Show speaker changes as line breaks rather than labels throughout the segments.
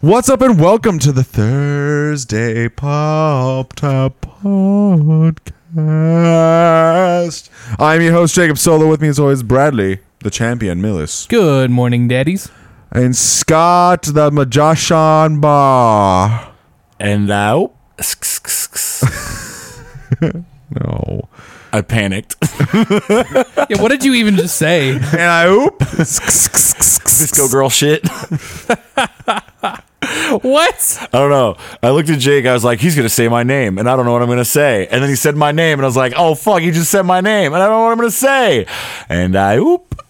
What's up, and welcome to the Thursday Pop Top Podcast. I'm your host, Jacob Solo. With me, as always, Bradley, the champion, Millis,
Good morning, daddies.
and Scott, the Majashan Bar.
And now
No.
I panicked.
Yeah, what did you even just say?
And I oop.
Disco girl shit. I
What?
don't know. I looked at Jake. I was like, he's going to say my name, and I don't know what I'm going to say. And then he said my name, and I was like, oh, fuck, he just said my name, and I don't know what I'm going to say. And I oop.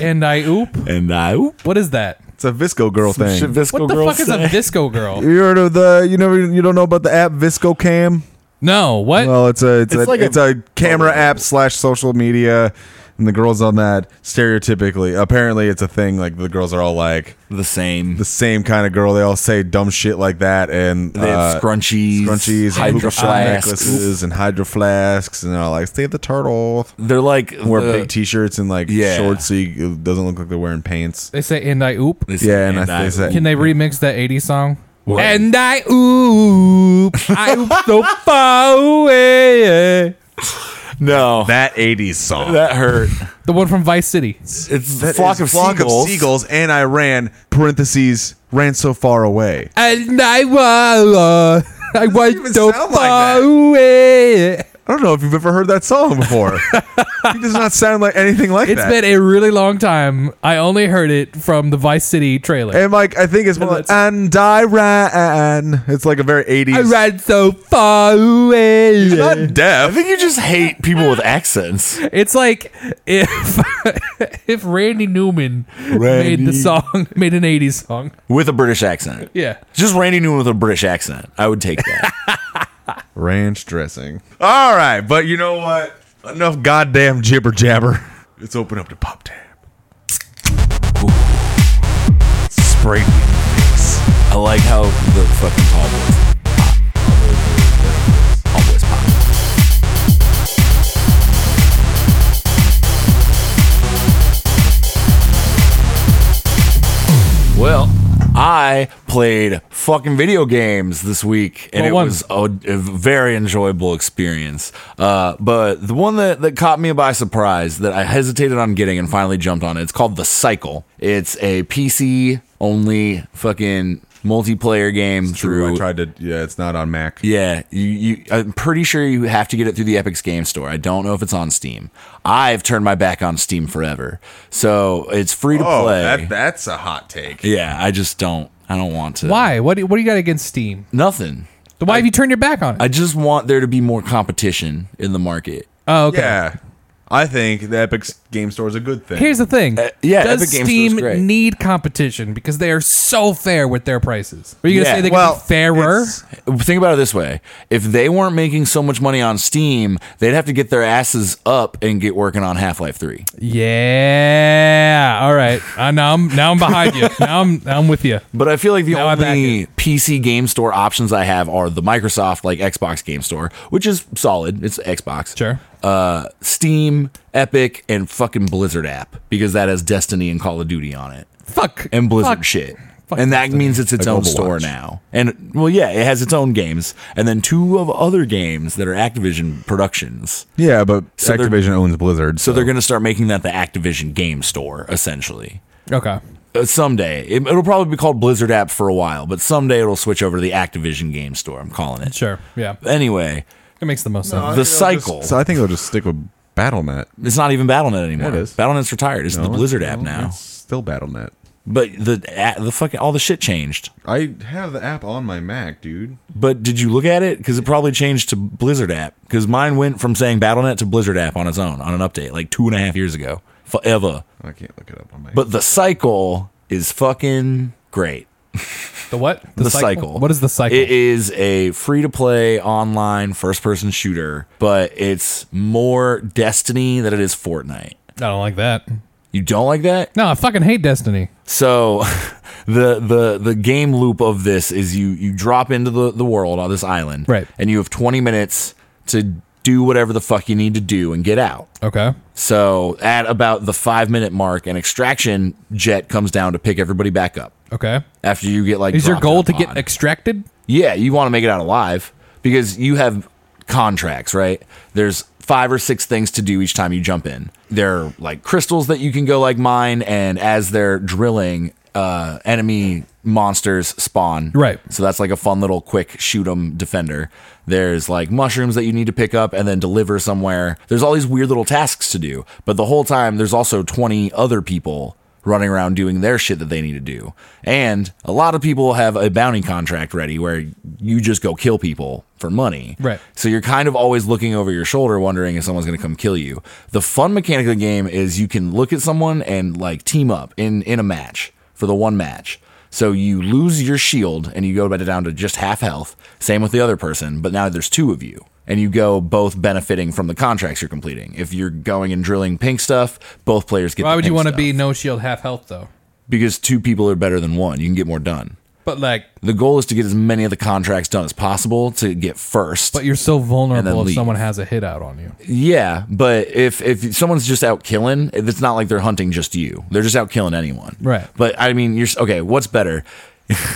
And I oop.
And I oop.
What is that?
It's a Visco girl thing.
Should Visco
What the
girl
fuck is
say?
a disco girl?
you heard of the? You know, you don't know about the app Visco Cam?
No, what?
Well, it's a it's,
It's
a,
like a-
it's a, camera app slash social media, and the girls on that stereotypically. Apparently, it's a thing. Like the girls are all like
the same.
the same kind of girl. They all say dumb shit like that, and
they
uh,
have scrunchies,
scrunchies, and
hydro
hookah shell
flasks.
necklaces, and hydro flasks, and they're all like save the turtle.
They're like
Wear
the-
big t-shirts and like
yeah.
shorts, so you, it doesn't look like they're wearing pants.
They say and I oop.
They say,
Yeah, and, I, they
I
say,
Can they remix that 80s song? And I oop. I oop so far away.
No. That,
that '80s song.
hurt.
The one from Vice City.
It's
That
flock,
is
of,
flock
seagulls.
of seagulls, and I ran parentheses ran so far away.
And I was. I
even
was so
sound like
far
that.
away.
I don't know if you've ever heard that song before. he does not sound like anything like
It's
that.
been a really long time. I only heard it from the Vice City trailer.
and like I think it's more like, and I ran. It's like a very
I
eighties.
ran so far away.
Not
I
deaf.
think you just hate people with accents.
It's like if if Randy Newman made the
Randy.
song, made an '80s song.
With a British accent.
Yeah,
Just Randy Newman with a British accent. I would take that.
Ranch dressing. All right, but you know what? Enough goddamn jibber jabber. Let's open up the pop tab.
Spray. I like how the fucking tall boys pop. Tall boys pop. Well, I played fucking video games this week, and
What
it
one?
was a, a very enjoyable experience. Uh, but the one that, that caught me by surprise that I hesitated on getting and finally jumped on it, it's called The Cycle. It's a PC only fucking multiplayer game
True. I
through
tried to. Yeah, it's not on Mac.
yeah, you, you. I'm pretty sure you have to get it through the Epic's Game Store. I don't know if it's on Steam. I've turned my back on Steam forever, so it's free to
Oh,
play.
that, that's a hot take.
yeah, I just don't. I don't want to.
why? What do, what do you got against Steam?
Nothing.
Why have you turned your back on it?
I just want there to be more competition in the market.
oh, okay.
Yeah, I think the Epic Game Store is a good thing.
Here's the thing.
yeah,
does
Epic Games
Steam
Store's great.
need competition because they are so fair with their prices? Are you gonna
Yeah,
say they
well,
can be fairer?
it's-
Think about it this way: if they weren't making so much money on Steam, they'd have to get their asses up and get working on Half Life Three.
Yeah. All right. Uh, now I'm now I'm behind you. Now I'm now I'm with you.
But I feel like the
Now I back
only PC game store options I have are the Microsoft like Xbox Game Store, which is solid. It's Xbox.
Sure.
Uh, Steam, Epic, and fucking Blizzard app because that has Destiny and Call of Duty on it
Fuck.
and Blizzard
Fuck.
shit.
Fuck
and that means it's its
Like
own
Overwatch.
store now. And well, yeah, it has its own games, and then two of other games that are Activision productions.
Yeah, but
they're-
Activision owns Blizzard.
So they're going to start making that the Activision game store, essentially.
Okay.
Uh, someday it, it'll probably be called Blizzard app for a while, but someday it'll switch over to the Activision game store. I'm calling it.
Sure. Yeah.
Anyway,
It makes the most
Uh,
sense.
the cycle.
so I think they'll just stick with BattleNet.
it's not even BattleNet anymore.
Yeah, it is.
BattleNet's retired. It's the Blizzard app now.
It's still BattleNet.
But the a- the fucking all the shit changed.
I have the app on my Mac, dude.
But did you look at it? Because it probably changed to Blizzard app. Because mine went from saying BattleNet to Blizzard app on its own on an update like two and a half years ago. Forever.
I can't look it up on my.
But the cycle is fucking great.
The what?
the cycle.
What is the cycle?
It is a free to play online first person shooter, but it's more Destiny than it is Fortnite.
I don't like that.
You don't like that?
No, I fucking hate Destiny.
So the the the game loop of this is you you drop into the, the world on this island.
Right.
And you have 20 minutes to do whatever the fuck you need to do and get out.
Okay.
So at about the five minute mark, an extraction jet comes down to pick everybody back up.
Okay.
After you get like,
Is your
dropped
goal
in
to
a
get
pod.
extracted?
Yeah, you want to make it out alive because you have contracts, right? There's five or six things to do each time you jump in. There are like crystals that you can go like mine, and as they're drilling, uh, enemy monsters spawn.
Right.
So that's like a fun little quick shoot 'em defender. There's like mushrooms that you need to pick up and then deliver somewhere. There's all these weird little tasks to do, but the whole time there's also 20 other people running around doing their shit that they need to do. And a lot of people have a bounty contract ready where you just go kill people for money.
Right.
So you're kind of always looking over your shoulder, wondering if someone's going to come kill you. The fun mechanic of the game is you can look at someone and like team up in in a match for the one match. So you lose your shield and you go back down to just half health. Same with the other person, but now there's two of you. And you go both benefiting from the contracts you're completing. If you're going and drilling pink stuff, both players get.
Why
the
would you
pink
want to
stuff.
be no shield, half health though?
Because two people are better than one. You can get more done.
But like,
The goal is to get as many of the contracts done as possible to get first.
but you're so vulnerable if
leave.
someone has a hit out on you.
Yeah, but if if someone's just out killing, it's not like they're hunting just you. They're just out killing anyone.
Right.
But I mean, you're s- okay. What's better,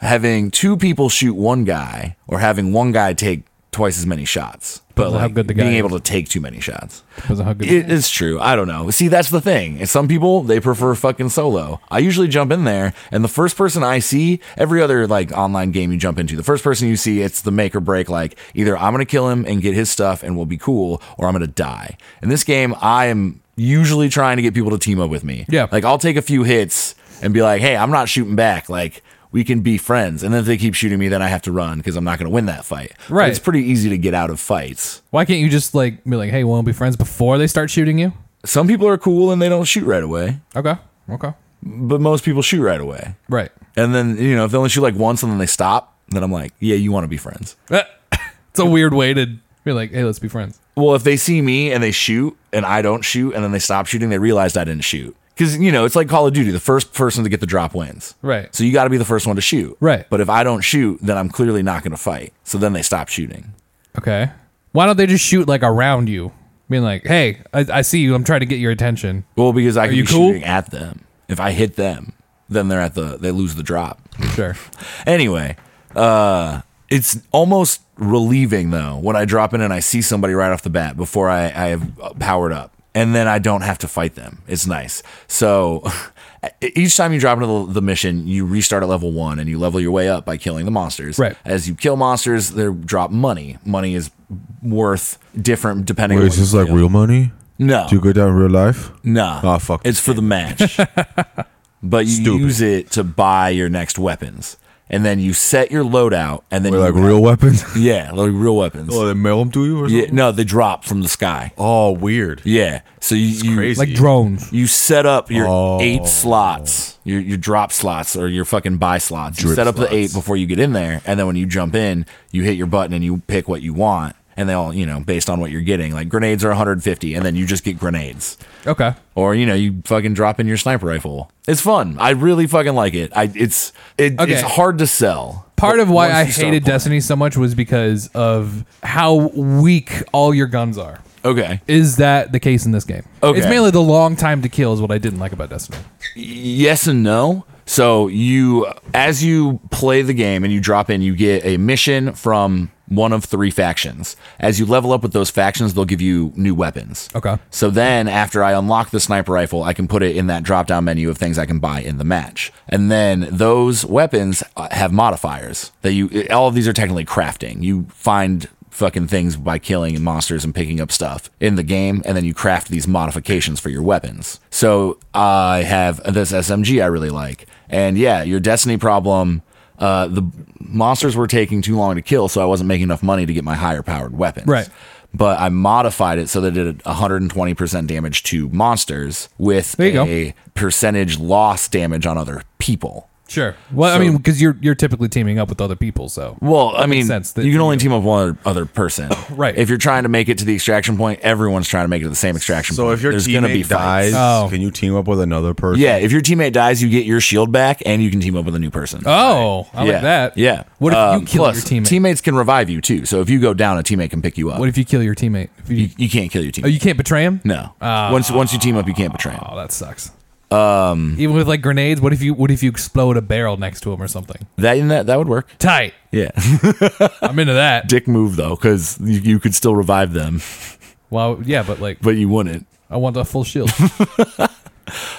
having two people shoot one guy, or having one guy take twice as many shots? But
on
like
how good the guy
being
is.
able to take too many shots.
Because of how good-
It is true. I don't know. See, that's the thing. And Some people they prefer fucking solo. I usually jump in there, and the first person I see, every other like online game you jump into, the first person you see, it's the make or break. Like either I'm gonna kill him and get his stuff, and we'll be cool, or I'm gonna die. In this game, I am usually trying to get people to team up with me.
Yeah.
like I'll take a few hits and be like, hey, I'm not shooting back. Like. We can be friends, and then if they keep shooting me, then I have to run because I'm not going to win that fight. But
Right.
it's pretty easy to get out of fights.
Why can't you just like be like, hey, we'll be friends before they start shooting you?
Some people are cool and they don't shoot right away.
Okay. Okay.
but most people shoot right away.
Right.
And then, you know, if they only shoot like once and then they stop, then I'm like, yeah, you want to be friends.
it's a weird way to be like, hey, let's be friends.
Well, if they see me and they shoot and I don't shoot and then they stop shooting, they realized I didn't shoot. Because, you know, it's like Call of Duty the first person to get the drop wins.
Right.
So you got to be the first one to shoot.
Right.
But if I don't shoot, then I'm clearly not going to fight. So then they stop shooting.
Okay. Why don't they just shoot like around you? Being like, hey, I, I see you. I'm trying to get your attention.
Well, because I could
you
be
cool?
shooting at them. If I hit them, then they're at the, they lose the drop.
Sure.
Anyway, uh, it's almost relieving though when I drop in and I see somebody right off the bat before I, I have powered up, and then I don't have to fight them. It's nice. So. Each time you drop into the- the mission, you restart at level one and you level your way up by killing the monsters.
Right.
As you kill monsters, they drop money. Money is worth different depending on
Wait, is
what you
this like
kill.
real money?
No.
Do you go down in real life?
Nah.
Oh, fuck.
It's for the match. but you
Stupid.
use it to buy your next weapons. And then you set your loadout and then
Wait,
you
like real weapons?
Yeah, like real weapons.
oh, they mail them to you or something?
yeah, no, they drop from the sky.
Oh, weird.
Yeah. So you you,
crazy.
Like drones.
you set up your
Oh.
eight slots, your your drop slots or your fucking buy slots. you
Drip
set up
slots.
the eight before you get in there, and then when you jump in, you hit your button and you pick what you want. And they all, you know, based on what you're getting, like grenades are 150, and then you just get grenades
Okay.
or you know you fucking drop in your sniper rifle. It's fun. I really fucking like it. I it's it,
Okay.
it's hard to sell.
Part of why
Once
I
you start
hated
playing.
Destiny so much was because of how weak all your guns are.
Okay.
Is that the case in this game?
Okay.
It's mainly the long time to kill is what I didn't like about Destiny.
yes and no. So you, as you play the game and you drop in, you get a mission from one of three factions. As you level up with those factions, they'll give you new weapons.
Okay.
So then, after I unlock the sniper rifle, I can put it in that drop down menu of things I can buy in the match. And then those weapons uh, have modifiers that you, all of these are technically crafting. You find fucking things by killing monsters and picking up stuff in the game, and then you craft these modifications for your weapons. So I have this SMG I really like. And yeah, your Destiny problem. Uh, the monsters were taking too long to kill, so I wasn't making enough money to get my higher powered weapons
Right.
but I modified it so that it did 120% damage to monsters with
There you
a percentage loss damage on other people.
Sure. Well, I
So-
mean, because you're you're typically teaming up with other people, so
Well, I mean,
sense that
you can only team up with one other, other person,
Right.
If you're trying to make it to the extraction point, everyone's trying to make it to the same extraction.
So
point.
if your
There's
teammate
gonna be
dies,
fights.
Oh.
can you team up with another person?
yeah. If your teammate dies, you get your shield back, and you can team up with a new person.
oh, I
yeah.
like that.
Yeah.
What if
Um,
you kill
plus,
your teammate?
Teammates can revive you too. So if you go down, a teammate can pick you up.
What if you kill your teammate? If you,
you, you can't kill your teammate.
oh, you can't betray him.
no. once once you team up, you can't betray him.
Oh, that sucks. Um, even with like grenades, what if you what if you explode a barrel next to him or something?
That that that would work.
Tight.
Yeah.
I'm into that.
Dick move though, because you, you could still revive them,
Well, yeah, but like
but you wouldn't.
I want the full shield.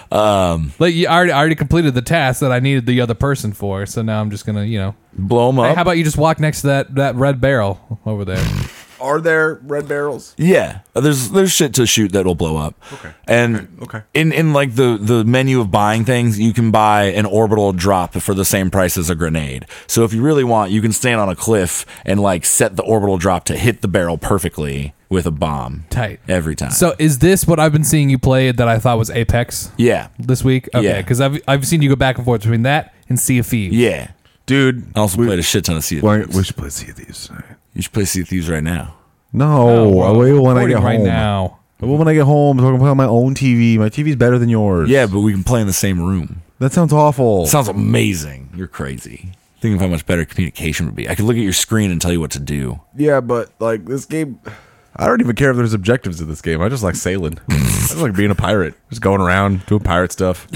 um, like you I already I already completed the task that I needed the other person for, so now I'm just gonna you know.
Blow them up.
Hey, how about you just walk next to that that red barrel over there?
Are there red barrels?
Yeah, there's there's shit to shoot that'll blow up. Okay. And
Okay.
In in like the the menu of buying things, you can buy an orbital drop for the same price as a grenade. So if you really want, you can stand on a cliff and like set the orbital drop to hit the barrel perfectly with a bomb.
Tight.
every time.
So is this what I've been seeing you play that I thought was Apex
yeah,
this week? Okay,
Yeah.
because I've I've seen you go back and forth between that and Sea of Thieves.
yeah.
Dude,
I also played a shit ton of Sea of
why,
Thieves.
we should play Sea of Thieves tonight.
you should play Sea of Thieves right now.
No,
Well,
I wait when I
Oh, recording
Oh, get
right
home.
now.
I wait when I get home so I can play on my own TV. My TV's better than yours.
Yeah, but we can play in the same room.
That sounds awful.
Sounds amazing. You're crazy. Think of how much better communication would be. I could look at your screen and tell you what to do.
yeah, but like this game, I don't even care if there's objectives in this game. I just like sailing. I just like being a pirate, just going around doing pirate stuff,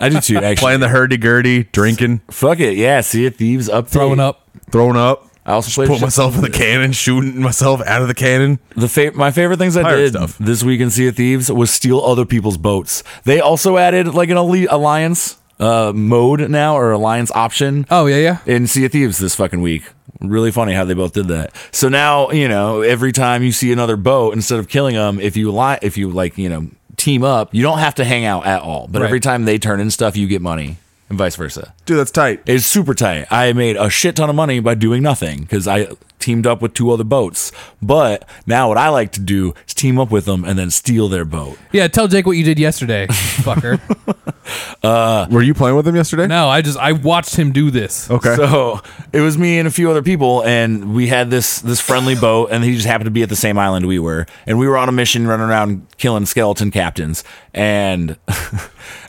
I do too. Actually,
playing the hurdy gurdy, drinking,
Fuck it, yeah. See it, thieves up
Throwing up.
throwing up.
I also played
Put
shit-
myself in the cannon, shooting myself out of the cannon.
the fa- my favorite things I
Pirate
did
stuff.
this week in Sea of Thieves was steal other people's boats. They also added like an ali- alliance uh, mode now or alliance option
Oh yeah, yeah.
in Sea of Thieves this fucking week. Really funny how they both did that. So now you know every time you see another boat, instead of killing them, if you li- if you like you know team up, you don't have to hang out at all. But
Right.
every time they turn in stuff, you get money, and vice versa.
Dude, that's tight.
It's super tight. I made a shit ton of money by doing nothing because I teamed up with two other boats. But now what I like to do is team up with them and then steal their boat.
Yeah, tell Jake what you did yesterday, fucker.
Were you playing with him yesterday?
No, I just I watched him do this.
Okay.
So it was me and a few other people, and we had this this friendly boat, and he just happened to be at the same island we were, and we were on a mission running around killing skeleton captains, and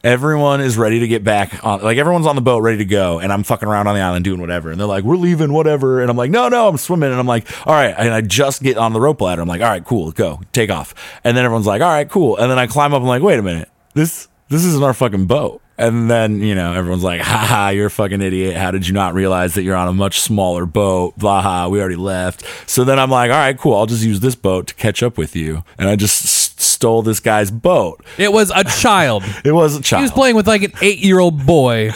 everyone is ready to get back on, like everyone's on the boat ready to go, and I'm fucking around on the island doing whatever, and they're like, we're leaving, whatever, and I'm like, no, no, I'm swimming, and I'm like, all right, and I just get on the rope ladder, I'm like, all right, cool, go, take off, and then everyone's like, all right, cool, and then I climb up, I'm like, wait a minute, this this isn't our fucking boat. And then, you know, everyone's like, ha ha, you're a fucking idiot. How did you not realize that you're on a much smaller boat? Blah, ha, we already left. So then I'm like, all right, cool. I'll just use this boat to catch up with you. And I just s- stole this guy's boat.
It was a child.
It was a
He
child.
was playing with like an eight-year-old boy.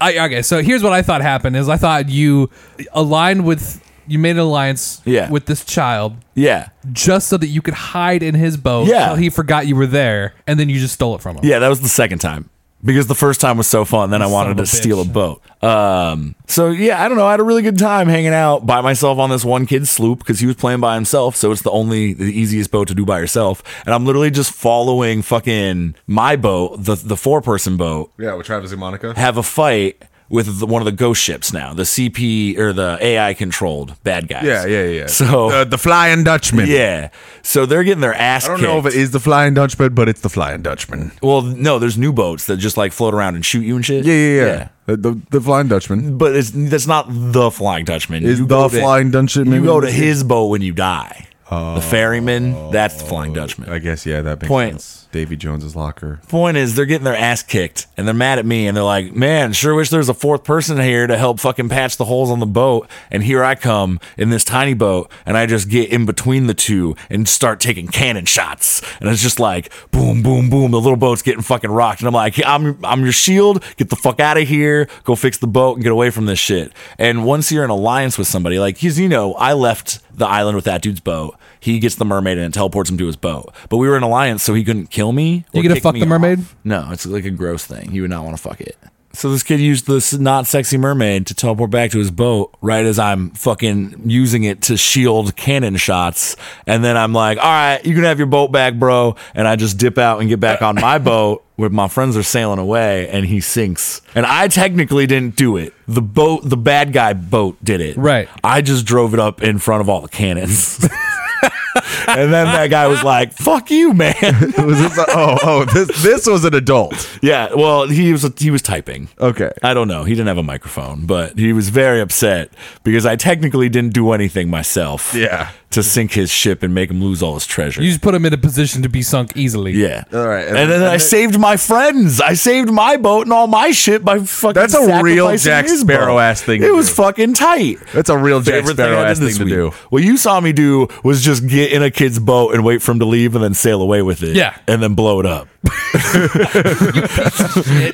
I, okay, so here's what I thought happened: is I thought you aligned with you made an alliance
Yeah.
with this child
yeah.
just so that you could hide in his boat
Yeah.
till he forgot you were there, and then you just stole it from him.
Yeah, that was the second time. Because the first time was so fun, then I wanted
of a
to steal a
bitch.
boat. Um, so yeah, I don't know. I had a really good time hanging out by myself on this one kid sloop because he was playing by himself. So it's the only the easiest boat to do by yourself. And I'm literally just following fucking my boat, the the four person boat,
Yeah, with Travis and Monica.
have a fight with the, one of the ghost ships now, the CP or the AI controlled bad guys.
Yeah, yeah, yeah. Uh,
So
the, the Flying Dutchman.
yeah, so they're getting their ass.
I don't know if it is the Flying Dutchman, but it's the Flying Dutchman.
Well, no, there's new boats that just like float around and shoot you and shit.
Yeah, yeah, yeah. The, the, the Flying Dutchman.
But it's that's not the Flying Dutchman.
Is
You
the
go to-
Flying Dutchman-
You go to his boat when you die. the ferryman. That's the Flying Dutchman.
I guess, yeah, that makes
Points.
sense. Davy Jones's locker.
Point is, they're getting their ass kicked, and they're mad at me, and they're like, "Man, sure wish there was a fourth person here to help fucking patch the holes on the boat." And here I come in this tiny boat, and I just get in between the two and start taking cannon shots, and it's just like boom, boom, boom. The little boat's getting fucking rocked, and I'm like, "I'm, I'm your shield. Get the fuck out of here. Go fix the boat and get away from this shit." And once you're in alliance with somebody, like, because you know, I left the island with that dude's boat. He gets the mermaid and it teleports him to his boat. But we were in alliance, so he couldn't kill me
You
or
gonna
kick
fuck
me
the mermaid?
off. No, it's like a gross thing. You would not want to fuck it. So this kid used this not sexy mermaid to teleport back to his boat right as I'm fucking using it to shield cannon shots. And then I'm like, all right, you can have your boat back, bro. And I just dip out and get back on my boat where my friends are sailing away and he sinks. And I technically didn't do it. The boat, the bad guy boat did it.
Right.
I just drove it up in front of all the cannons. and then that guy was like, fuck you, man.
Was this a- oh, oh, this this was an adult.
yeah. Well, he was, he was typing.
Okay.
I don't know. He didn't have a microphone, but he was very upset because I technically didn't do anything myself.
Yeah.
To sink his ship and make him lose all his treasure.
You just put him in a position to be sunk easily.
yeah.
All right,
And, then, I saved my friends. I saved my boat and all my shit by fucking.
That's a real
sacrificing
Jack
his
Sparrow
boat.
ass thing
It
to
was
do.
fucking tight.
That's a real Jack
Favorite thing
Sparrow
I
ass thing
did this
to
week.
do.
What you saw me do was just get in a kid's boat and wait for him to leave and then sail away with it.
Yeah.
And then blow it up.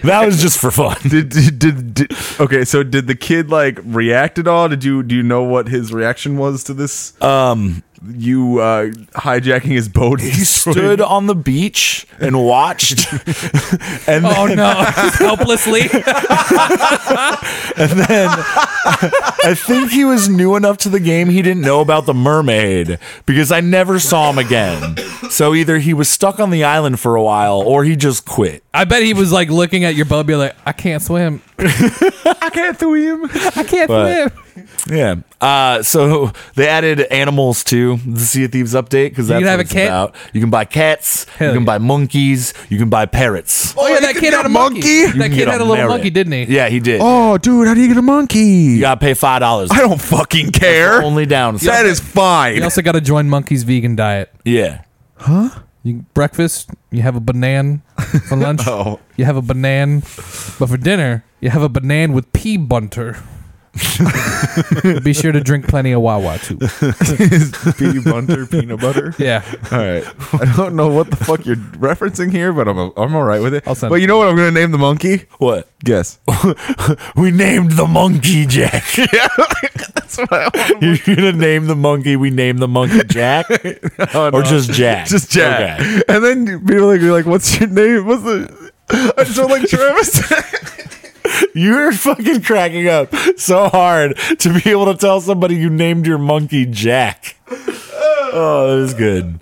that was just for fun.
Did, did, did, did okay? So did the kid like react at all? Did you do you know what his reaction was to this? Um, you uh hijacking his boat.
he stood on the beach and watched and then,
Oh no! Helplessly.
i think he was new enough to the game he didn't know about the mermaid because i never saw him again so either he was stuck on the island for a while or he just quit
I bet he was like looking at your boat, and be like, "I can't swim.
I can't swim.
I can't
But-
swim."
yeah uh, so they added animals to the sea of thieves update because that's
can have a
what it's
cat?
about you can buy cats
Hell
you can
yeah.
buy monkeys you can buy parrots
Oh, yeah, that kid had a monkey.
You
That
can
kid
get
had a little
parrot.
monkey, didn't he?
yeah he did
Oh, dude, how do you get a monkey?
you gotta pay five dollars
I don't fucking care.
only down
That is fine.
You also got to join Monkey's vegan diet.
yeah
You breakfast, you have a banana. For lunch,
Oh.
you have a banana. But for dinner, you have a banana with pea bunter. Be sure to drink plenty of Wawa too.
peanut butter, peanut butter.
Yeah,
All right. I don't know what the fuck you're referencing here, but I'm I'm all right with it.
I'll send
but
it.
you know what? I'm gonna name the monkey.
what
Guess.
we named the monkey Jack.
That's what I want.
You're gonna name the monkey. We name the monkey Jack, or just Jack.
Just Jack.
Okay.
And then people like, you're like, what's your name? What's the? I just don't like Travis.
You're fucking cracking up so hard to be able to tell somebody you named your monkey Jack. Oh, that is good.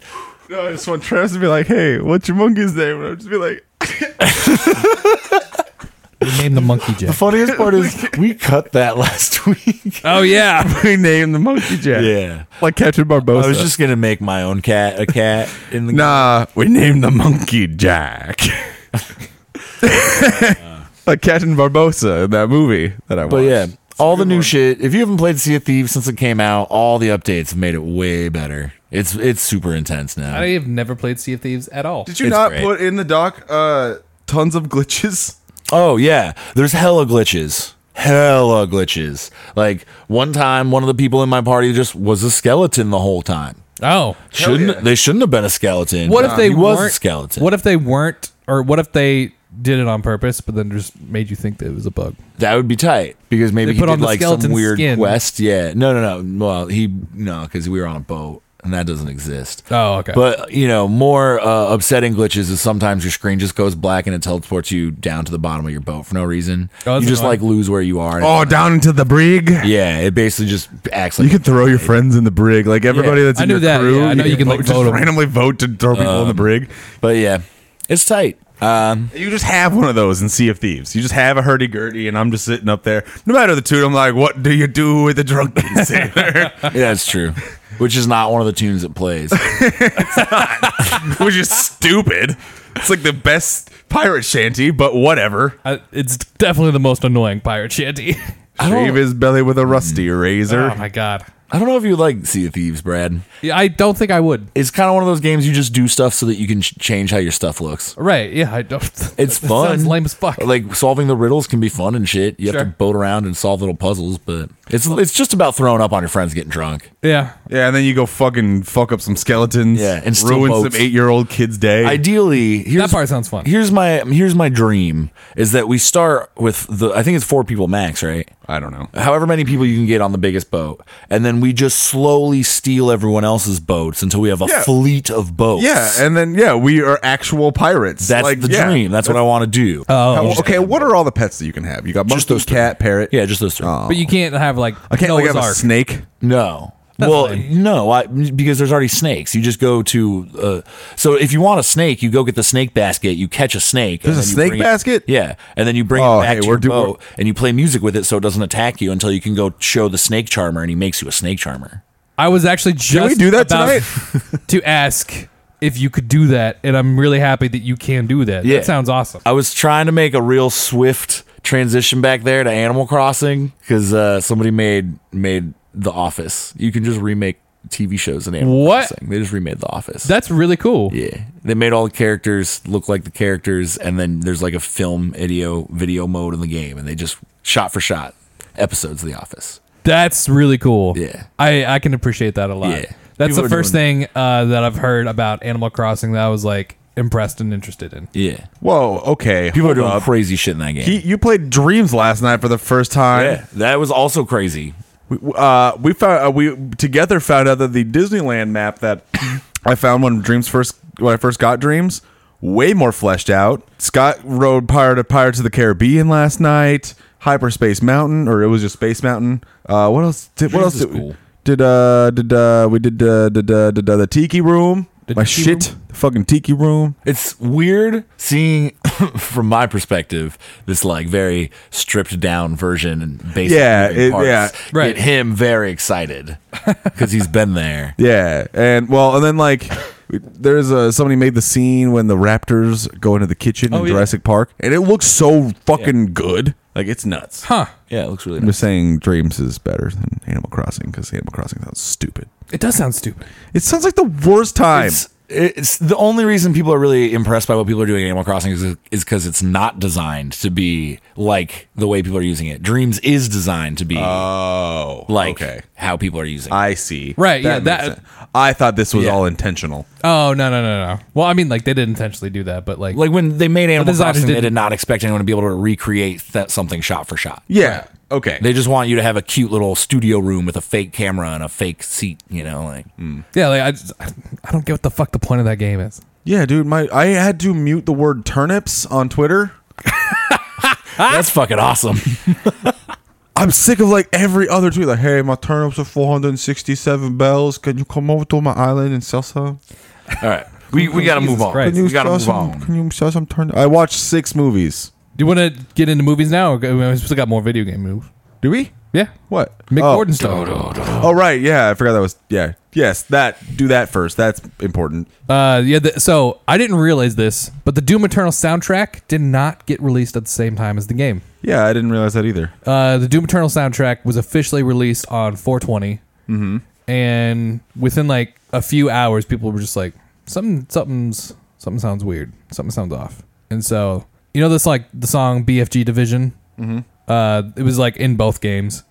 no, I just want Travis to be like, hey, what's your monkey's name? And I'll just be like,
we named the monkey Jack.
Funniest part is we cut that last week.
Oh yeah,
we name the monkey Jack.
Yeah,
Like Captain Barbosa.
I was just gonna make my own cat a cat in the
nah. We named the monkey Jack. like Captain Barbosa in that movie that I watched.
But yeah, all the new shit. If you haven't played Sea of Thieves since it came out, all the updates have made it way better. It's it's super intense now.
I have never played Sea of Thieves at all.
Did you
It's
not
great.
put in the doc uh, tons of glitches?
Oh yeah, there's hella glitches. Hella glitches. Like one time, one of the people in my party just was a skeleton the whole time.
Oh,
Shouldn't
yeah.
they shouldn't have been a skeleton?
what if they
he
weren't
was a skeleton?
What if they weren't, or what if they did it on purpose, but then just made you think that it was a bug?
that would be tight because maybe
They
he
put
did
on the
like some
skeleton
weird
skin.
quest. Yeah, no, no, no. Well, he no, because we were on a boat and that doesn't exist.
Oh, okay.
But you know, more uh, upsetting glitches is sometimes your screen just goes black and it teleports you down to the bottom of your boat for no reason.
Oh, that's
you just
annoying.
like lose where you are.
Oh, down into the brig.
Yeah, it basically just acts
You
like
can throw your friends in the brig. Like everybody
Yeah,
that's
I
in
knew
your
that,
crew,
yeah, I know you can, like,
vote, just
vote 'em.
randomly vote to throw people in the brig.
But yeah, it's tight. Um,
You just have one of those in Sea of Thieves. You just have a hurdy gurdy, and I'm just sitting up there. No matter the tune, I'm like, what do you do with a drunken sailor?
yeah, it's true. Which is not one of the tunes it plays.
Which is stupid. It's like the best pirate shanty, but whatever.
I, it's definitely the most annoying pirate shanty.
don't-
Shave his belly with a rusty razor.
oh my god.
I don't know if you like Sea of Thieves, Brad.
Yeah, I don't think I would.
It's kind of one of those games you just do stuff so that you can ch- change how your stuff looks.
Right? Yeah, I don't.
It's
that
fun.
Sounds lame as fuck.
Like solving the riddles can be fun and shit. You have to
Sure.
boat around and solve little puzzles, but it's it's just about throwing up on your friends getting drunk.
yeah.
Yeah, and then you go fucking fuck up some skeletons.
Yeah, and steal
ruin
boats.
some eight year old kid's day.
Ideally, here's,
part sounds fun.
Here's my here's my dream is that we start with the I think it's four people max, right?
I don't know.
However many people you can get on the biggest boat, and then we just slowly steal everyone else's boats until we have a
Yeah.
fleet of boats.
Yeah, and then yeah, we are actual pirates.
that's
Like,
the
yeah. Uh,
dream. That's, what I want to do.
Oh,
How- okay, what are all the pets that you can have? You got monkey,
Just those three.
cat, parrot. Oh.
yeah, just those three.
but you can't have like
I can't like
Noah's
have a
Ark.
snake.
No. well,
lame.
no, I, because there's already snakes. You just go to. Uh, so if you want a snake, you go get the snake basket. You catch a snake.
There's
and
a
then you
snake
bring it-
basket?
yeah, and then you bring
Oh,
it back
hey,
to
we're
your
do- we're-
boat, and you play music with it so it doesn't attack you until you can go show the snake charmer, and he makes you a snake charmer.
I was actually just
we do that
about to ask if you could do that, and I'm really happy that you can do that.
Yeah.
That sounds awesome.
I was trying to make a real swift transition back there to Animal Crossing because uh, somebody made made The Office. You can just remake TV shows in Animal
What?
Crossing. They just remade The Office.
That's really cool.
Yeah, they made all the characters look like the characters, and then there's like a film video video mode in the game, and they just shot for shot episodes of The Office.
That's really cool.
Yeah.
I, I can appreciate that a lot.
Yeah.
That's
People
the
are
first
doing
thing uh, that I've heard about Animal Crossing that I was like impressed and interested in.
Yeah,
Whoa, okay.
people are
hold
doing
up.
crazy shit in that game.
He, you played Dreams last night for the first time.
yeah, that was also crazy.
We, uh, we found uh, we together found out that the Disneyland map that I found when Dreams first when I first got Dreams way more fleshed out. Scott rode Pirate of Pirates of the Caribbean last night. Hyperspace Mountain, or it was just Space Mountain. Uh, what else? Did, what
Dreams
else
is
did we,
cool.
did? Uh, did uh, we did uh, did uh, did uh, the Tiki Room?
The
My
Tiki
shit,
Room?
the fucking Tiki Room.
It's weird seeing, from my perspective, this like very stripped down version and basic
Yeah,
moving
it-
parts
yeah.
Right.
Get him very excited because he's been there.
Yeah, and well, and then like there's a somebody made the scene when the Raptors go into the kitchen
Oh,
in
yeah.
Jurassic Park, and it looks so fucking good. Like it's nuts.
Huh.
Yeah, it looks really
I'm
nice.
just saying, Dreams is better than Animal Crossing because Animal Crossing sounds stupid.
It does sound stupid.
It sounds like the worst time.
It's, it's the only reason people are really impressed by what people are doing in Animal Crossing is because it's not designed to be like the way people are using it. Dreams is designed to be
oh,
like how people are using. it.
I see.
Right, yeah,
makes
that-
sense. I thought this was
Yeah.
all intentional.
Oh no no no no. Well, I mean, like they did intentionally do that, but like,
Like when they made Animal
designers
Crossing, they
didn't-
did not expect anyone to be able to recreate that something shot for shot.
Yeah. Okay.
They just want you to have a cute little studio room with a fake camera and a fake seat, you know, like
yeah, like I just I don't get what the fuck the point of that game is.
yeah, dude. My I had to mute the word turnips on Twitter.
that's fucking awesome.
I'm sick of like every other tweet. Like, hey, my turnips are 467 bells. Can you come over to my island and sell some?
All right. We we got to
Jesus
move on.
Christ.
Can you
We got to
sell
move
some?
on.
Can you sell some turnips? I watched six movies.
Do you want to get into movies now? Or go- we still got more video game moves.
Do we?
Yeah,
What?
Mick
oh.
Gordon stuff.
Oh, right. Yeah, I forgot that was. Yeah. Yes, that. Do that first. That's important.
Uh, yeah. The, so I didn't realize this, but the Doom Eternal soundtrack did not get released at the same time as the game.
Yeah, I didn't realize that either.
Uh, the Doom Eternal soundtrack was officially released on 420, mm-hmm. and within like a few hours, people were just like, "Something, something's, something sounds weird. Something sounds off." And so, you know, this like the song "BFG Division." Mm-hmm. Uh, it was like in both games.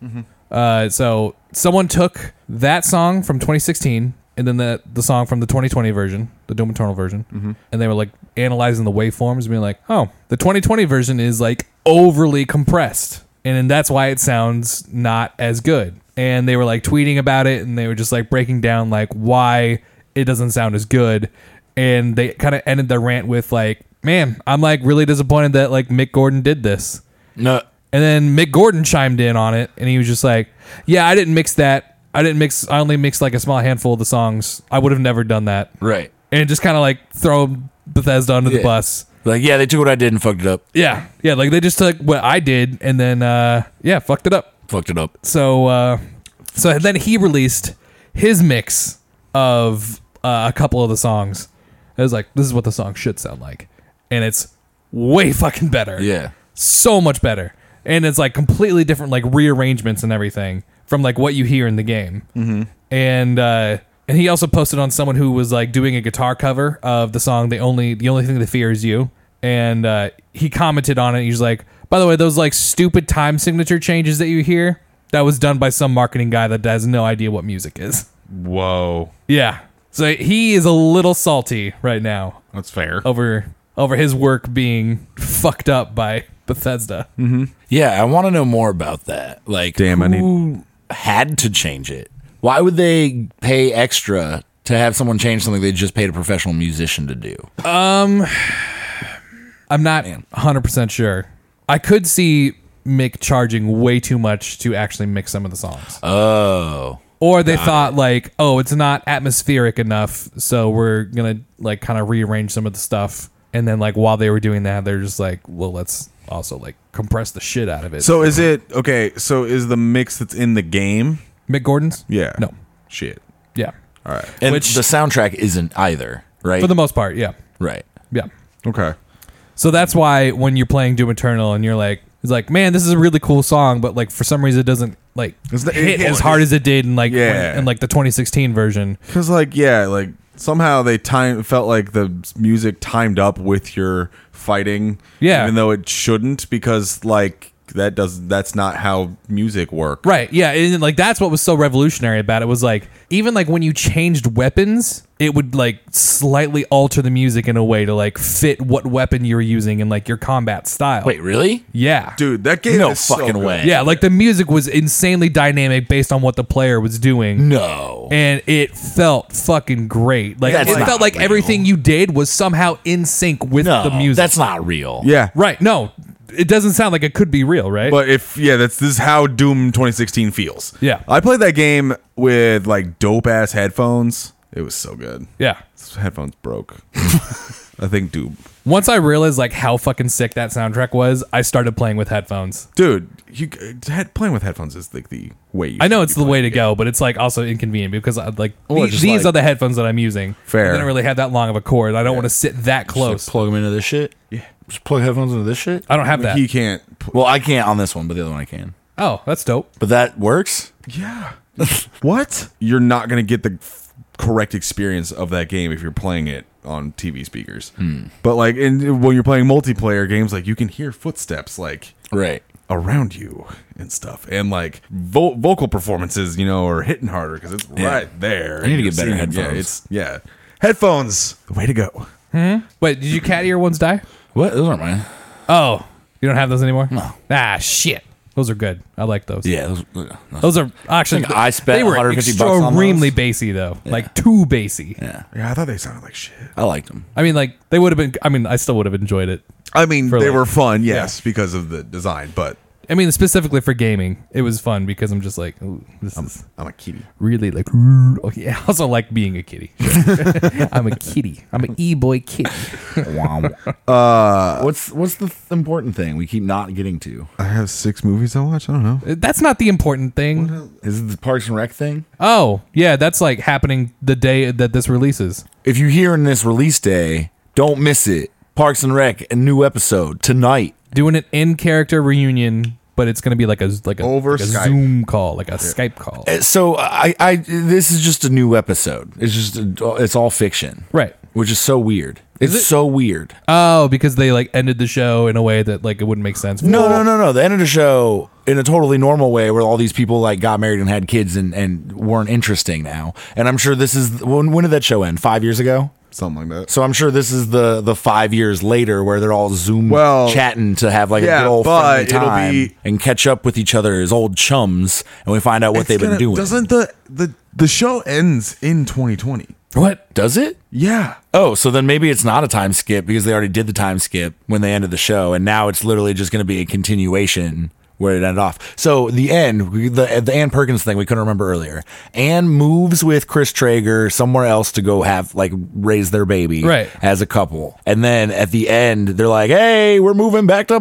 Uh, so someone took that song from 2016 and then the the song from the 2020 version, the Doom Eternal version, and they were like analyzing the waveforms and being like, "Oh, the 2020 version is like overly compressed, and, then that's why it sounds not as good." And they were like tweeting about it, and they were just like breaking down like why it doesn't sound as good, and they kind of ended their rant with like, "Man, I'm like really disappointed that like Mick Gordon did this."
No.
And then Mick Gordon chimed in on it, and he was just like, "Yeah, I didn't mix that. I didn't mix. I only mixed like a small handful of the songs. I would have never done that."
Right.
And just kind of like throw Bethesda under the
Yeah.
bus.
Like yeah, they took what I did and fucked it up.
Yeah, yeah. Like they just took what I did, and then uh, yeah, fucked it up.
Fucked it up.
So, uh, so then he released his mix of uh, a couple of the songs. It was like, this is what the song should sound like, and it's way fucking better
Yeah.
so much better and it's like completely different like rearrangements and everything from like what you hear in the game mm-hmm. and uh and he also posted on someone who was like doing a guitar cover of the song the only the only thing they fear is you and uh he commented on it he's like by the way those like stupid time signature changes that you hear that was done by some marketing guy that has no idea what music is
Whoa,
yeah so he is a little salty right now
that's fair.
over over his work being fucked up by Bethesda.
Yeah, I want to know more about that. Like
Damn, I need-
who had to change it? Why would they pay extra to have someone change something they just paid a professional musician to do?
I'm not 100% sure. I could see Mick charging way too much to actually mix some of the songs.
Oh.
or they thought like, "Oh, it's not atmospheric enough, so we're going to like kind of rearrange some of the stuff." And then like while they were doing that, they're just like, "Well, let's also like compress the shit out of it."
So is it okay? So is the mix that's in the game?
Mick Gordon's?
Yeah.
No.
Shit.
Yeah.
All right.
And
Which-
the soundtrack isn't either, right?
For the most part, yeah.
right.
Yeah.
Okay.
So that's why when you're playing Doom Eternal and you're like, it's like, man, this is a really cool song, but like for some reason it doesn't like
It's not-
hit
it-
as hard as it did in like when-
Yeah.
in like the 2016 version.
Because like yeah, like somehow they time felt like the music timed up with your fighting.
Yeah.
Even though it shouldn't, because like that does that's not how music works.
Right. Yeah. And like that's what was so revolutionary about it was like even like when you changed weapons, it would like slightly alter the music in a way to like fit what weapon you were using and like your combat style.
Wait, really?
Yeah.
Dude, that game
No
is so
fucking
good.
way.
Yeah. Like the music was insanely dynamic based on what the player was doing.
No.
And it felt fucking great. Like
That's
it
not
felt like
real.
everything you did was somehow in sync with
no.
the music.
That's not real.
Yeah.
right. No, it doesn't sound like it could be real, right?
But if yeah, that's this is how Doom 2016 feels.
Yeah.
I played that game with like dope ass headphones. It was so good.
yeah.
Those headphones broke. I think Doom.
Once I realized like how fucking sick that soundtrack was, I started playing with headphones.
Dude, you uh, head, playing with headphones is like the way. You
I know
should
it's
be
the way to go, but it's like also inconvenient because I, like
Or
the-
just,
these
like-
are the headphones that I'm using.
Fair.
I don't really have that long of a cord. I don't want to sit that close.
Just plug them into this shit. Yeah. Just plug headphones into this shit.
I don't have that.
He can't. pl-
Well, I can't on this one, but the other one I can.
oh, that's dope.
But that works.
Yeah. what? You're not gonna get the f- correct experience of that game if you're playing it on TV speakers.
Hmm.
But like, in, when you're playing multiplayer games, like you can hear footsteps like
Right.
around you and stuff, and like vo- vocal performances, you know, are hitting harder because it's right there.
I need to get better
You're seeing-
headphones.
Yeah, it's yeah, headphones. The way to go.
Wait, did you cat ear ones die?
What? Those aren't mine.
Oh, you don't have those anymore? No. Ah, shit. Those are good. I like those.
Yeah. Those, uh, no.
Those are actually
I think I spent
they were
150 bucks on those.
extremely bassy though, like too bassy.
yeah.
Yeah, I thought they sounded like shit.
I liked them.
I mean, like they would have been. I mean, I still would have enjoyed it.
I mean,
For
they
like-
were fun, yes, because of the design, but
I mean, specifically for gaming, it was fun because I'm just like, ooh, this is
I'm a kitty.
really like oh, yeah. I also like being a kitty. I'm a kitty. I'm an e boy kitty.
wow. Uh, what's what's the th- important thing we keep not getting to?
I have six movies I watch. I don't know.
That's not the important thing.
Is it the Parks and Rec thing?
Oh yeah, that's like happening the day that this releases.
If you're hearing this release day, don't miss it. Parks and Rec, a new episode tonight.
Doing an in character reunion, but it's gonna be like a like a,
Over
like a
Skype.
Zoom call, like a Skype call.
Uh, So I, I, this is just a new episode. It's just, a, it's all fiction,
Right.
Which is so weird. It's
it?
so weird.
Oh, because they like ended the show in a way that like it wouldn't make sense.
No, no, no, no. The end of the show in a totally normal way where all these people like got married and had kids and, and weren't interesting now. And I'm sure this is when, when did that show end? Five years ago?
Something like that.
So I'm sure this is the the five years later where they're all Zoom
Well,
chatting to have like
yeah,
a good old
but
friendly time
it'll be-
and catch up with each other as old chums and we find out what they've been doing.
Doesn't the the the show ends in 2020?
What?
Does it?
Yeah.
Oh, so then maybe it's not a time skip because they already did the time skip when they ended the show, and now it's literally just going to be a continuation where it ended off. So the end, we- the the Ann Perkins thing we couldn't remember earlier. Ann moves with Chris Traeger somewhere else to go have like raise their baby
Right.
as a couple, and then at the end they're like, "Hey, we're moving back to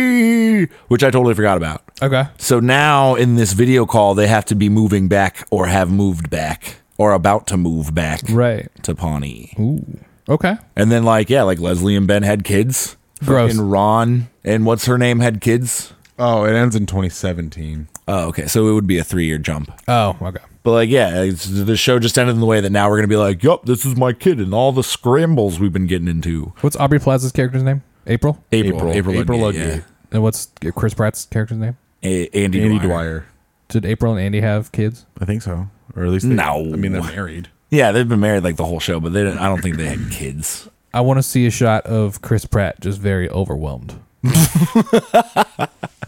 Pawnee," which I totally forgot about.
Okay.
So now in this video call, they have to be moving back or have moved back or about to move back
Right.
to Pawnee.
Ooh. Okay.
And then like yeah, like Leslie and Ben had kids.
Gross.
And Ron and what's her name had kids.
Oh, it ends in 2017.
Oh, okay. So it would be a three year jump.
Oh, okay.
But like yeah, it's, the show just ended in the way that now we're gonna be like, yup, this is my kid and all the scrambles we've been getting into.
What's Aubrey Plaza's character's name? April.
April, April,
April,
April Ludgate,
Ludgate.
And what's Chris Pratt's character's name?
yeah. A- Andy,
Andy
Dwyer.
Dwyer.
Did April and Andy have kids?
I think so, or at least they,
No.
I mean, they're married.
Yeah, they've been married like the whole show, but they didn't, I don't think they had kids.
I want to see a shot of Chris Pratt just very overwhelmed.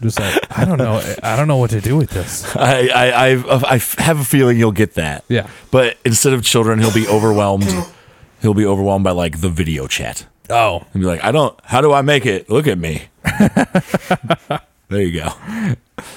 Just like I don't know, I don't know what to do with this.
I, I, I, I have a feeling you'll get that.
Yeah.
But instead of children, he'll be overwhelmed. he'll be overwhelmed by like the video chat.
Oh,
And be like, I don't, how do I make it? Look at me. there you go.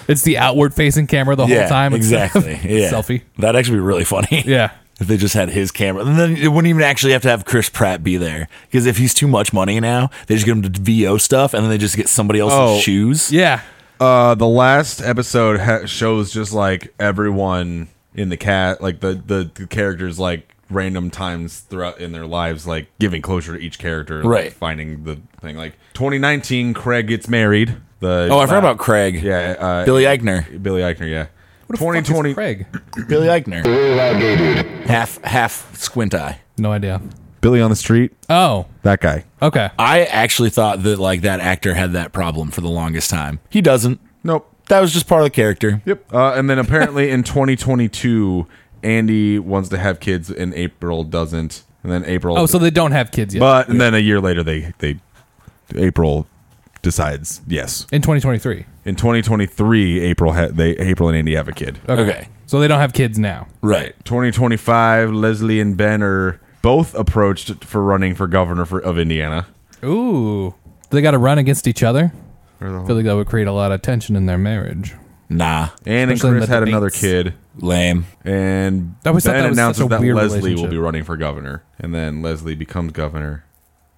it's the outward-facing camera the
yeah.
whole time. instead of
exactly. Yeah.
selfie.
That'd actually be really funny.
Yeah.
If they just had his camera. And then it wouldn't even actually have to have Chris Pratt be there. Because if he's too much money now, they just get him to VO stuff and then they just get somebody else's
Oh.
shoes.
Yeah.
Uh, the last episode ha- shows just like everyone in the cat, like the, the the characters, like random times throughout in their lives, like giving closure to each character, like,
Right.
Finding the thing. Like 2019, Craig gets married. The uh,
Oh, I forgot about Craig.
yeah, uh, Billy
Billy Eichner.
Billy Eichner, yeah.
What the fuck is
2020.
Craig.
Billy Eichner. Half half squint eye.
No idea.
Billy on the street,
Oh,
that guy.
okay.
I actually thought that like that actor had that problem for the longest time. He doesn't.
Nope.
That was just part of the character.
Yep. Uh, and then apparently in 2022, Andy wants to have kids, and April doesn't. And then April.
Oh, so they don't have kids yet.
But and then a year later, they they April decides yes.
in 2023.
In 2023, April ha- they April and Andy have a kid.
Okay.
Okay.
So they don't have kids now.
Right.
2025, Leslie and Ben are both approached for running for governor for, of Indiana.
Ooh. They got to run against each other. I feel like that would create a lot of tension in their marriage.
Nah.
Anne and
Especially in
Chris
the
had another
debates.
kid,
Lame.
and
I always thought
Ben
that was such
announces
a
that
weird
Leslie will
relationship.
be running for governor, and then Leslie becomes governor.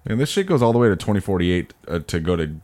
And this shit goes all the way to 2048 uh, to go to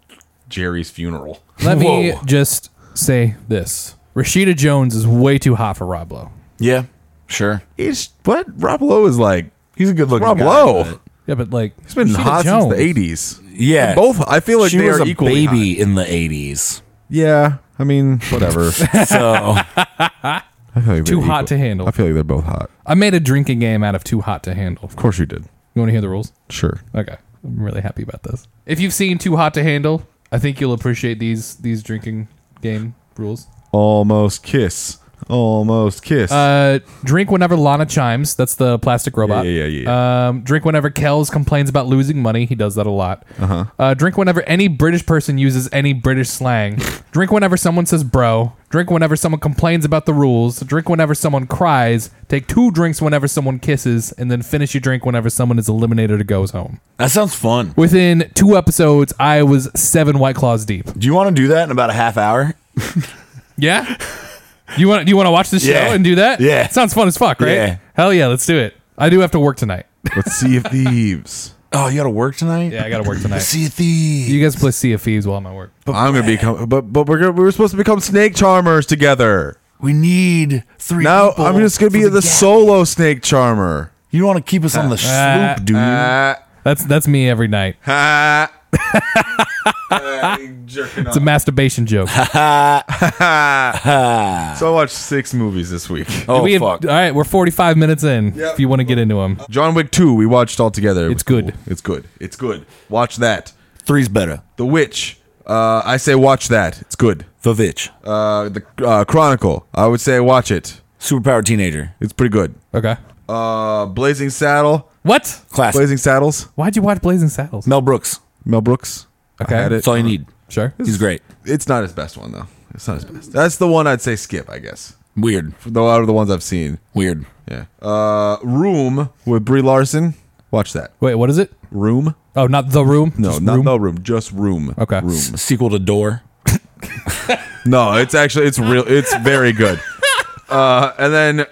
Jerry's funeral.
Let me
Whoa.
just say this: Rashida Jones is way too hot for Rob Lowe.
Yeah. Sure.
It's what Rob Lowe is like.
He's a good looking
Rob
guy,
Lowe.
but-
Yeah, but like
It's been hot since the 80s.
Yeah.
Both. I feel like
she
they
was
are
a
equally hot.
baby in the 80s.
Yeah, I mean, whatever.
So
I feel like
Too
they're
hot to handle.
I feel like they're both hot.
I made a drinking game out of Too Hot to Handle.
Of course you did.
You want to hear the rules?
Sure.
Okay, I'm really happy about this. If you've seen Too Hot to Handle, I think you'll appreciate these these drinking game rules.
Almost kiss. Almost kiss.
Uh, drink whenever Lana chimes. That's the plastic robot.
Yeah, yeah, yeah,
Um, drink whenever Kells complains about losing money. He does that a lot. Uh-huh. drink whenever any British person uses any British slang. drink whenever someone says bro. Drink whenever someone complains about the rules. Drink whenever someone cries. Take two drinks whenever someone kisses, and then finish your drink whenever someone is eliminated or goes home.
that sounds fun.
Within two episodes, I was seven White Claws deep.
Do you want to do that in about a half hour?
Yeah. You want? Do you want to watch this
Yeah.
show and do that?
Yeah.
Sounds fun as fuck, right?
Yeah.
Hell yeah, let's do it. I do have to work tonight.
Let's see if thieves.
Oh, you got to work tonight?
Yeah, I got to work tonight.
See a thief.
You guys play Sea of Thieves while I'm at work.
I'm gonna become, but but we're gonna, we were supposed to become snake charmers together.
we need three
Now
people
I'm just gonna be
for
the,
gap.
solo snake charmer.
You don't want to keep us on the
Uh,
sloop, dude.
Ha
That's that's me every night.
ha. Uh, jerking
It's a masturbation joke.
off. So I watched six movies this week.
oh,
we have-
fuck.
All right, we're 45 minutes in.
Yep.
If you want to get into them,
John Wick 2, we watched all together. It
It's
was cool.
good.
It's good. It's good. Watch that.
Three's better.
The Witch. Uh, I say watch that. It's good.
The Vitch.
Uh, the uh, Chronicle. I would say watch it.
Superpower teenager.
It's pretty good.
okay.
Uh, Blazing Saddle.
What?
Classic.
Blazing Saddles.
Why'd you watch Blazing Saddles?
Mel Brooks.
Mel Brooks.
Okay.
I had it.
That's all you need.
Sure.
He's great.
It's not his best one though. It's not his best. That's the one I'd say skip. I guess.
Weird.
Though out of the ones I've seen.
Weird.
Yeah. Uh, Room with Brie Larson. Watch that.
Wait, what is it?
Room.
Oh, not the room.
No,
Just
not
room.
no room. Just room.
Okay.
Room.
S- sequel to Door.
No, it's actually it's real. It's very good. Uh, and then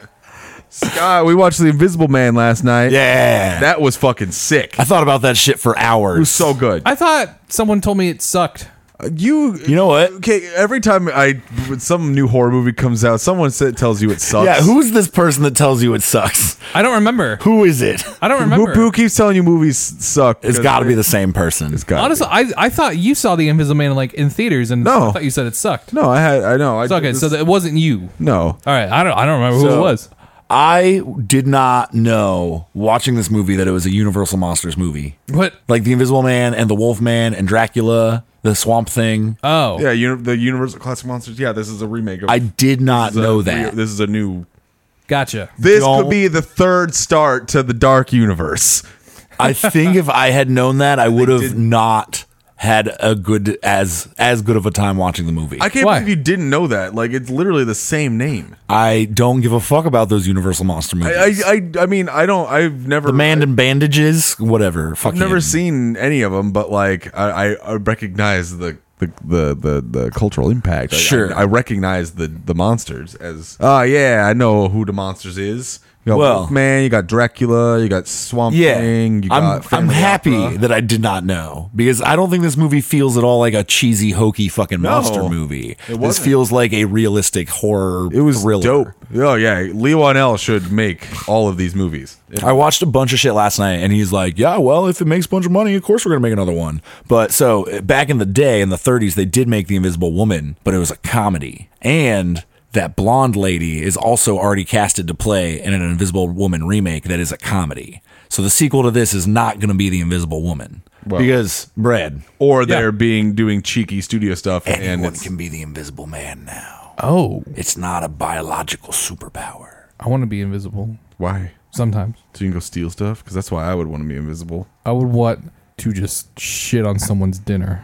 Sky, we watched The Invisible Man last night.
Yeah.
that was fucking sick.
I
It
thought about that shit for hours.
was so good.
I thought someone told me it sucked.
you
you know what?
okay? Every time I when some new horror movie comes out, someone sa- tells you it sucks.
Yeah, who's this person that tells you it sucks?
I don't remember.
Who is it?
I don't
who,
remember.
who keeps telling you movies suck?
It's got to be the same person.
It's got
Honestly, I, I thought you saw the Invisible Man like in theaters, and
No.
I thought you said it sucked.
no. I had I know. I
It's okay,
this-
so that it wasn't you.
no.
All right, I don't I don't remember who
So-
it was.
I did not know watching this movie that it was a Universal Monsters movie.
What?
Like The Invisible Man and The Wolf Man and Dracula, The Swamp Thing.
Oh,
Yeah, uni- the Universal Classic Monsters. Yeah, this is a remake. Of,
I did not
this is a
know
re-
that.
this is a new.
gotcha.
This
Don't-
could be the third start to the Dark Universe.
I think if I had known that, I would have not had a good as as good of a time watching the movie.
I can't
Why?
believe you didn't know that. Like it's literally the same name.
I don't give a fuck about those Universal monster movies.
I I, I, I mean I don't. I've never
the man in bandages, whatever. Fucking
I've never seen any of them, but like I, I- I recognize the. The, the, the, the cultural impact. Like,
Sure.
I, I recognize the, the monsters as, oh, yeah, I know who the monsters is. You got
Well-
Wolfman, you got Dracula, you got Swamp
Yeah,
Thing, you
I'm
got
I'm
Phantom
happy
Opera.
that I did not know because I don't think this movie feels at all like a cheesy, hokey fucking monster movie. This
wasn't.
feels like a realistic horror.
It was
thriller.
dope. Oh, yeah. Lee Wanell should make all of these movies.
I watched a bunch of shit last night, and he's like, "Yeah, well, if it makes a bunch of money, of course we're gonna make another one." But so uh, back in the day, in the '30s, they did make The Invisible Woman, but it was a comedy, and that blonde lady is also already casted to play in an Invisible Woman remake that is a comedy. So the sequel to this is not gonna be The Invisible Woman because Brad,
Or they're being doing cheeky studio stuff. and
anyone
it's-
can be the Invisible Man now.
Oh,
It's not a biological superpower.
I want to be invisible
Why?
sometimes.
So you can go steal stuff? Because that's why I would want to be invisible.
I would want to just shit on someone's dinner.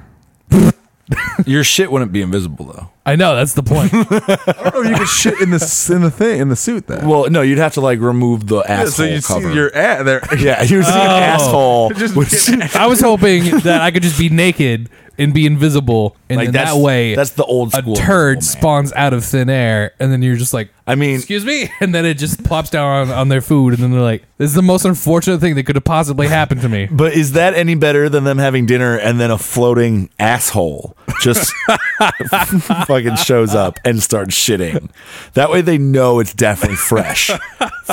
Your shit wouldn't be invisible though.
I know that's the point.
I don't know if Oh, you could shit in the, in the thing, in the suit then.
Well, no, you'd have to like remove the asshole
so you
cover.
see your ass there.
Yeah, he was an asshole.
Oh. Just
with-
kidding.
I was hoping that I could just be naked and be invisible, and
Like,
then
that's-
that way,
that's the old
a
school
turd
Invisible Man.
spawns out of thin air, and then you're just like,
I mean,
"Excuse me," and then it just plops down on, on their food, and then they're like, "This is the most unfortunate thing that could have possibly happened to me."
but is that any better than them having dinner and then a floating asshole just fucking shows up and starts shitting? That way they know it's definitely fresh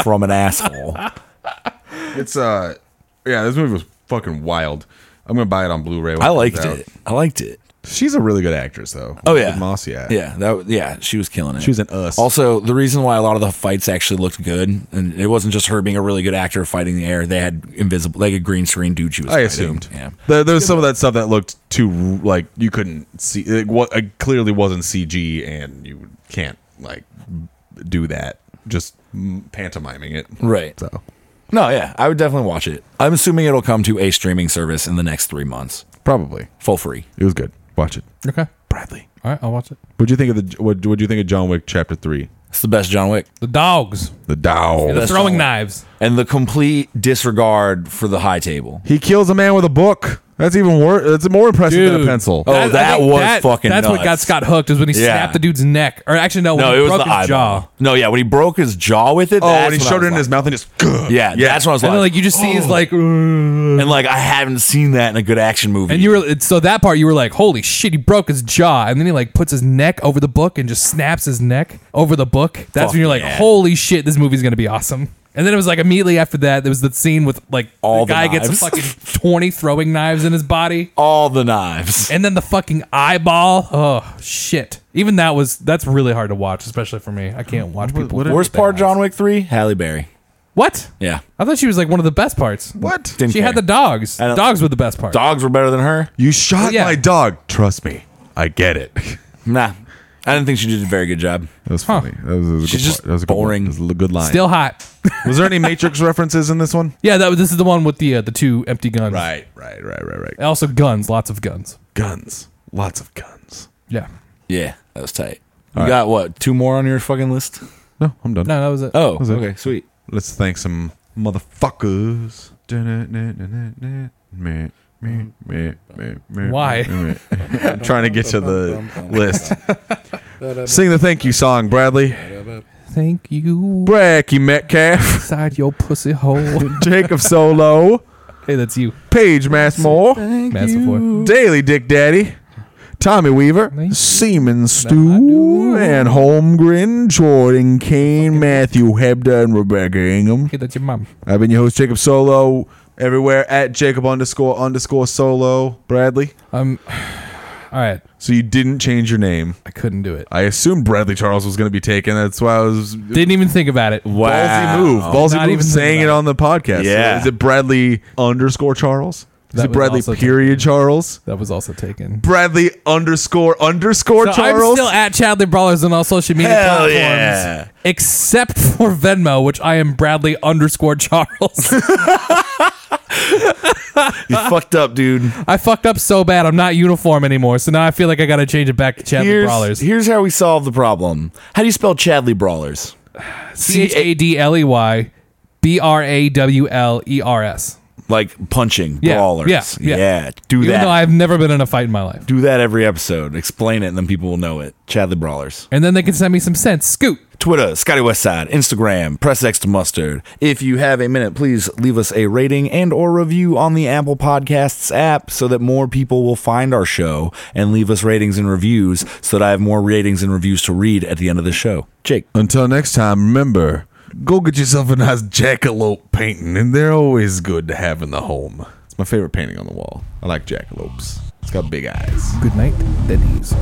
from an asshole.
It's uh, yeah, this movie was fucking wild. I'm gonna buy it on Blu-ray. When
I
comes
liked
out.
it. I liked it.
She's a really good actress, though.
Oh yeah,
Moss, yeah,
yeah. That w- yeah, she was killing it.
She was an us.
Also, the reason why a lot of the fights actually looked good, and it wasn't just her being a really good actor fighting the air. They had invisible, like a green screen dude. She was.
I
fighting.
assumed.
Yeah.
There, there was some of that stuff that looked too like you couldn't see. It, wa- it clearly wasn't CG, and you can't like do that. Just mm, pantomiming it,
Right.
So
No, yeah, I would definitely watch it. I'm assuming it'll come to a streaming service in the next three months,
probably
full free.
it was good. Watch it,
Okay,
Bradley.
all right, I'll watch it.
What'd you think of the? What would you think of John Wick Chapter Three?
It's the best John Wick,
The dogs,
The Dow.
the
That's
throwing
all.
knives.
and the complete disregard for the high table.
He kills a man with a book. That's even worse. It's more impressive than a
Dude.
pencil.
Oh,
I
that
think
was fucking
That's what
nuts.
got Scott hooked is when he
Yeah.
snapped the dude's neck, or actually no, when
No,
he
it was
broke
the
his
eyeball.
jaw.
No, yeah, when he broke his jaw with it.
Oh,
that's
and he
when I
showed it
was
in
like-
his mouth and just.
Yeah, yeah, that's when I was
And
like,
then, like you just see he's like, "Ugh."
and like I haven't seen that in a good action movie.
and you were so that part you were like, holy shit, he broke his jaw, and then he like puts his neck over the book and just snaps his neck over the book. That's
Fuck
when you're like,
yeah.
holy shit, this movie's gonna be awesome. And then it was like immediately after that, there was the scene with like
All
the
the
guy
knives.
gets fucking twenty throwing knives in his body,
all the knives.
and then the fucking eyeball. Oh shit! Even that was that's really hard to watch, especially for me. I can't watch people.
what-
with
Worst
their
part,
eyes.
John Wick three, Halle Berry.
What?
Yeah,
I thought she was like one of the best parts.
What?
Didn't
She
care.
had the dogs.
don't-
Dogs were the best part.
dogs were better than her.
You shot
Yeah.
my dog. Trust me, I get it. That
Nah, I didn't think she did a very good job.
was
Huh.
funny. That was, that was a
She's
good
just
part. that was a good
boring.
One. That was a good line.
Still hot.
was there any Matrix references in this one?
Yeah, that was, this is the one with the uh, the two empty guns.
right, right, right, right.
Also guns, lots of guns.
Guns, lots of guns.
Yeah.
Yeah, that was tight. You got what? Two more on your fucking list?
No, I'm done.
No, that was it.
Oh,
was it.
okay, sweet.
Let's thank some motherfuckers. Why? trying to get to the list. Sing the thank you song, Bradley.
Thank you.
Bracky Metcalf,
Inside your pussy hole.
Jacob Solo,
hey, that's you.
Paige Massmore,
Massive four.
Daily Dick Daddy, Tommy Weaver,
Thank you.
Seaman Stew, and Holmgren, Jordan Kane, Matthew Hebda, and Rebecca Ingham.
Hey, that's your mom.
I've been your host, Jacob Solo. Everywhere at Jacob underscore underscore Solo Bradley.
Um. All right,
So you didn't change your name.
I couldn't do it.
I assumed Bradley Charles was going to be taken. That's why I was
Didn't even think about it.
Wow.
ballsy move. Ballsy
Not
move
even
saying it
about
on the podcast.
Yeah.
Is it Bradley underscore Charles? Is
That
it
was
Bradley
also
period Charles?
That was also taken.
Bradley underscore underscore
So I'm
Charles?
still at Chadley Brawlers on all social media
Hell
platforms,
yeah.
except for Venmo, which I am Bradley underscore Charles.
You fucked up, dude.
I fucked up so bad. I'm not uniform anymore. So now I feel like I got to change it back to Chadley
Here's,
Brawlers.
here's how we solve the problem. How do you spell Chadley Brawlers?
C H A D L E Y B R A W L E R S.
Like punching
Yeah,
brawlers.
yeah, yeah.
Do
Even
that.
though I've never been in a fight in my life.
do that every episode. Explain it, and then people will know it. Chadley Brawlers.
And then they can send me some sense. Scoot.
Twitter, Scotty Westside, Instagram, Press X to Mustard. If you have a minute, please leave us a rating and or review on the Apple Podcasts app so that more people will find our show and leave us ratings and reviews so that I have more ratings and reviews to read at the end of the show. Jake.
Until next time, remember, go get yourself a nice jackalope painting, and they're always good to have in the home. It's my favorite painting on the wall. I like jackalopes. It's got big eyes.
Good night, Denny's.